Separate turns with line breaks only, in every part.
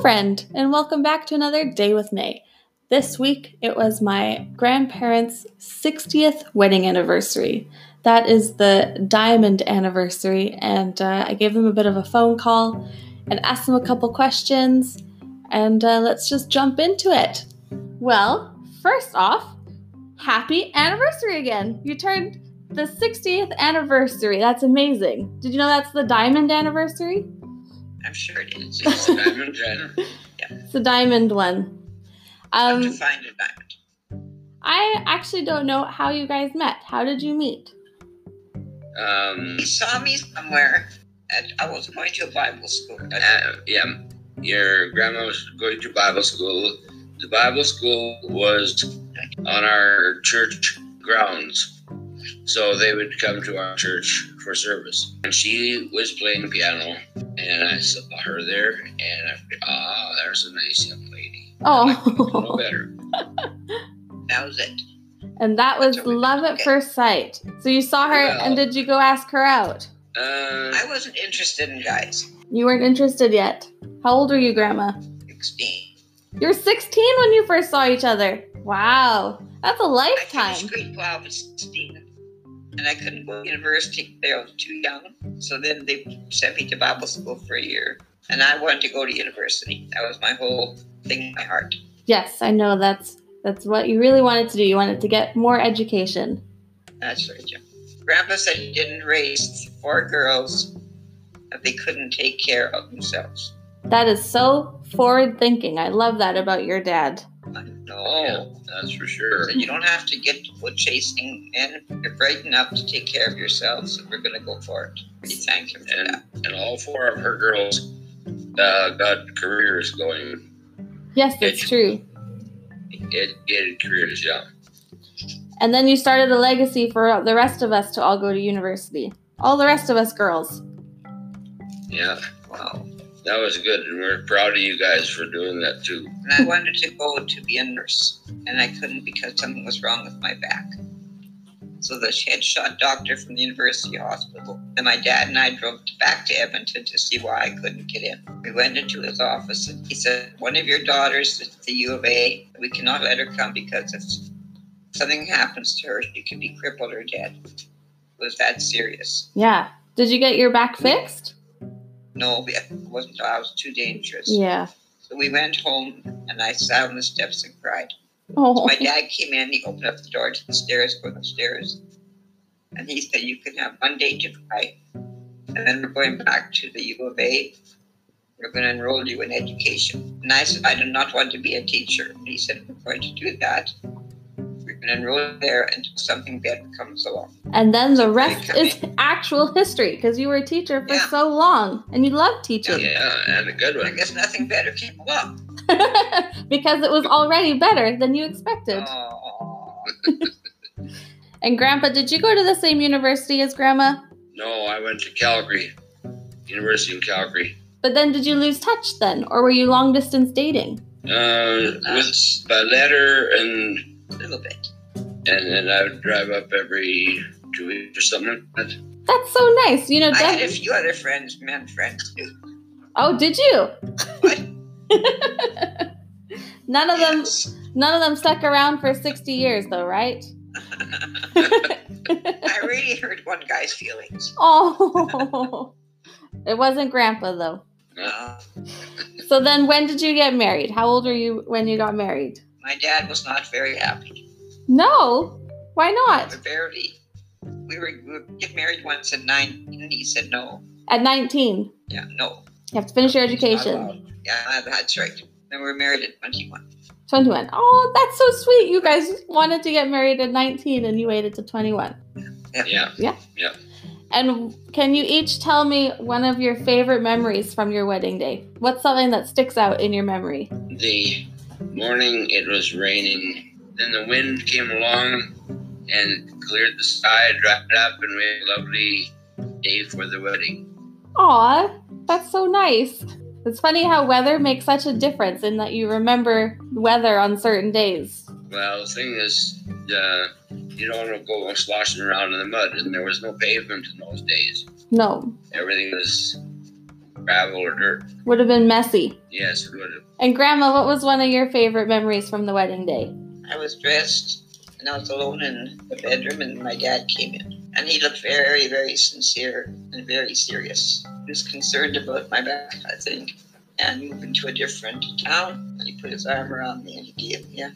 friend, and welcome back to another Day with May. This week, it was my grandparents' 60th wedding anniversary. That is the diamond anniversary, and uh, I gave them a bit of a phone call and asked them a couple questions, and uh, let's just jump into it. Well, first off, happy anniversary again! You turned the 60th anniversary. That's amazing. Did you know that's the diamond anniversary?
I'm sure it is. It's a
Um,
diamond gem.
It's the diamond one.
Um,
Um,
to find a diamond.
I actually don't know how you guys met. How did you meet?
Um,
He saw me somewhere, and I was going to a Bible school. And
uh, yeah, your grandma was going to Bible school. The Bible school was on our church grounds, so they would come to our church for service. And she was playing piano, and I saw her there, and I, ah, there's a nice young lady. No
Oh,
better.
that was it.
and that was love at first sight. So you saw her, and did you go ask her out?
Uh,
I wasn't interested in guys.
You weren't interested yet. How old were you, Grandma?
16.
You were 16 when you first saw each other. Wow, that's a
I
lifetime.
finished grade 12 at 16. And I couldn't go to university. I was too young. So then they sent me to Bible school for a year. And I wanted to go to university. That was my whole thing in my heart.
Yes, I know that's that's what you really wanted to do. You wanted to get more education.
That's right, Jim. Grandpa said he didn't raise four girls that they couldn't take care of themselves.
That is so forward thinking. I love that about your dad.
I know.
oh, that's for sure.
So you don't have to get to foot chasing, and you're bright enough to take care of yourselves. And we're going to go for it. We thank him for
And
that.
and all four of her girls uh, got careers going.
Yes, it's true.
educated careers, yeah.
And then you started a legacy for the rest of us to all go to university. All the rest of us girls.
Yeah,
Wow.
that was good. And we're proud of you guys for doing that too.
And I wanted to go to be a nurse, and I couldn't because something was wrong with my back. So the headshot doctor from the university hospital and my dad and I drove back to Edmonton to see why I couldn't get in. We went into his office and he said, "One of your daughters is at the U of A. We cannot let her come because if something happens to her, she could be crippled or dead." It was that serious?
Yeah. Did you get your back fixed?
No, it wasn't. I was too dangerous.
Yeah.
So we went home, and I sat on the steps and cried.
Oh.
My dad came in, he opened up the door to the stairs, going upstairs, and he said, You can have one day to cry, and then we're going back to the U of A. We're going to enroll you in education. And I said, I do not want to be a teacher. And he said, We're going to do that. We're going to enroll you there until something better comes along.
And then the rest is actual history because you were a teacher for
Yeah.
so long and you loved teaching
Yeah, and a good
I
one.
guess nothing better came along.
because it was already better than you expected.
Oh,
And Grandpa, did you go to the same university as Grandma?
No, I went to Calgary, University in Calgary.
But then did you lose touch then? Or were you long distance dating?
Uh, with by letter, and
a little bit.
and then I would drive up every two weeks or something like that.
That's so nice. You know,
I had a
Deb.
few other friends, men friends too.
Oh, did you? None of them
Yes.
None of them stuck around for 60 years, though, right?
I really hurt one guy's feelings.
Oh, it wasn't Grandpa, though.
Uh,
So then, when did you get married? How old were you when you got married?
my dad was not very happy.
No, why not?
Barely. We were, we were get married once at nine, and he said no.
At 19,
Yeah, no.
you have to finish your
Not
education.
allowed.
Yeah, that's right. Then we were married at 21.
21. Oh, that's so sweet. You guys wanted to get married at 19 and you waited to 21.
Yeah,
And can you each tell me one of your favorite memories from your wedding day? What's something that sticks out in your memory?
the morning it was raining. Then the wind came along and cleared the sky, dried up, and we had a lovely day for the wedding.
Aw, that's so nice. It's funny how weather makes such a difference in that you remember weather on certain days.
Well, the thing is, uh, you don't want to go sloshing around in the mud, and there was no pavement in those days.
No.
Everything was gravel or dirt.
Would have been messy.
Yes, it would have.
And Grandma, what was one of your favorite memories from the wedding day?
I was dressed and I was alone in the bedroom, and my dad came in. And he looked very, very sincere and very serious. He was concerned about my back, I think, and moving to a different town. And he put his arm around me and he gave me a,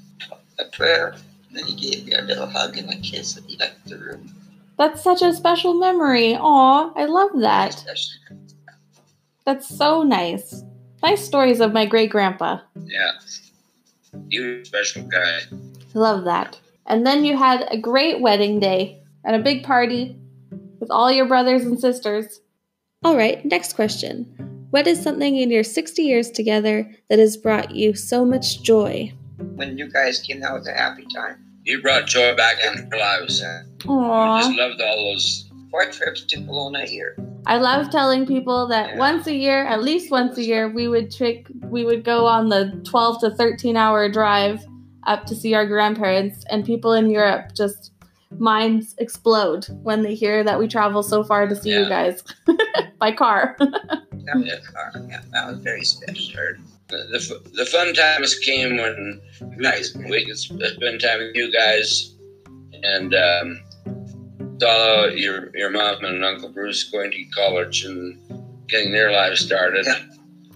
a prayer. And then he gave me a little hug and a kiss, and he left the room.
That's such a special memory. Aw, I love that. That's so nice. Nice stories of my great grandpa.
Yeah. You were a special guy.
Love that. And then you had a great wedding day and a big party with all your brothers and sisters. All right, next question. What is something in your 60 years together that has brought you so much joy?
When you guys came, that was a happy time.
You brought joy back into our lives. I
Aww.
just loved all those.
Four trips to Kelowna a year.
I love telling people that
Yeah.
once a year, at least once a year, we would trick we would go on the 12 to 13 hour drive up to see our grandparents and people in Europe just minds explode when they hear that we travel so far to see you
Yeah.
guys by car.
That was a car. Yeah, that was very special.
The, the, fu- the fun times came when we, could- we could spend time with you guys and um, saw your, your mom and Uncle Bruce going to college and getting their lives started.
Yeah.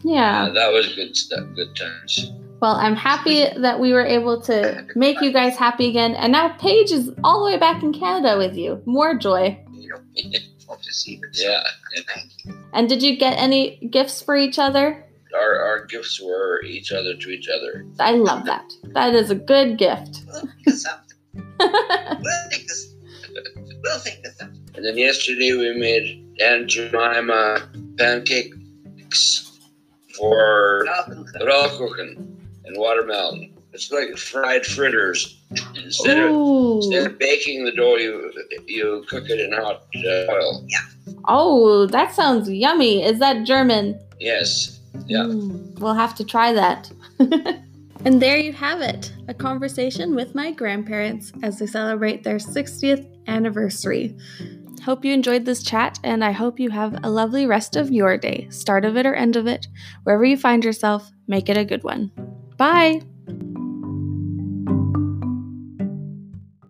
yeah.
Uh, that was good stuff, good times.
Well, I'm happy that we were able to make you guys happy again. And now Paige is all the way back in Canada with you. More joy.
You know, hope to see you.
Yeah.
And did you get any gifts for each other?
Our, our gifts were each other to each other.
I love that. That is a good gift.
We'll think of something. We'll think of something. We'll think of something.
And then yesterday we made Aunt Jemima pancakes for
Robin Cook.
they're all cooking and watermelon. It's like fried fritters. Instead of,
Ooh.
instead of baking the dough, you you cook it in hot uh, oil.
Oh, that sounds yummy. Is that German?
Yes. Yeah.
Mm, we'll have to try that. and there you have it a conversation with my grandparents as they celebrate their 60th anniversary. Hope you enjoyed this chat, and I hope you have a lovely rest of your day, start of it or end of it. Wherever you find yourself, make it a good one. Bye!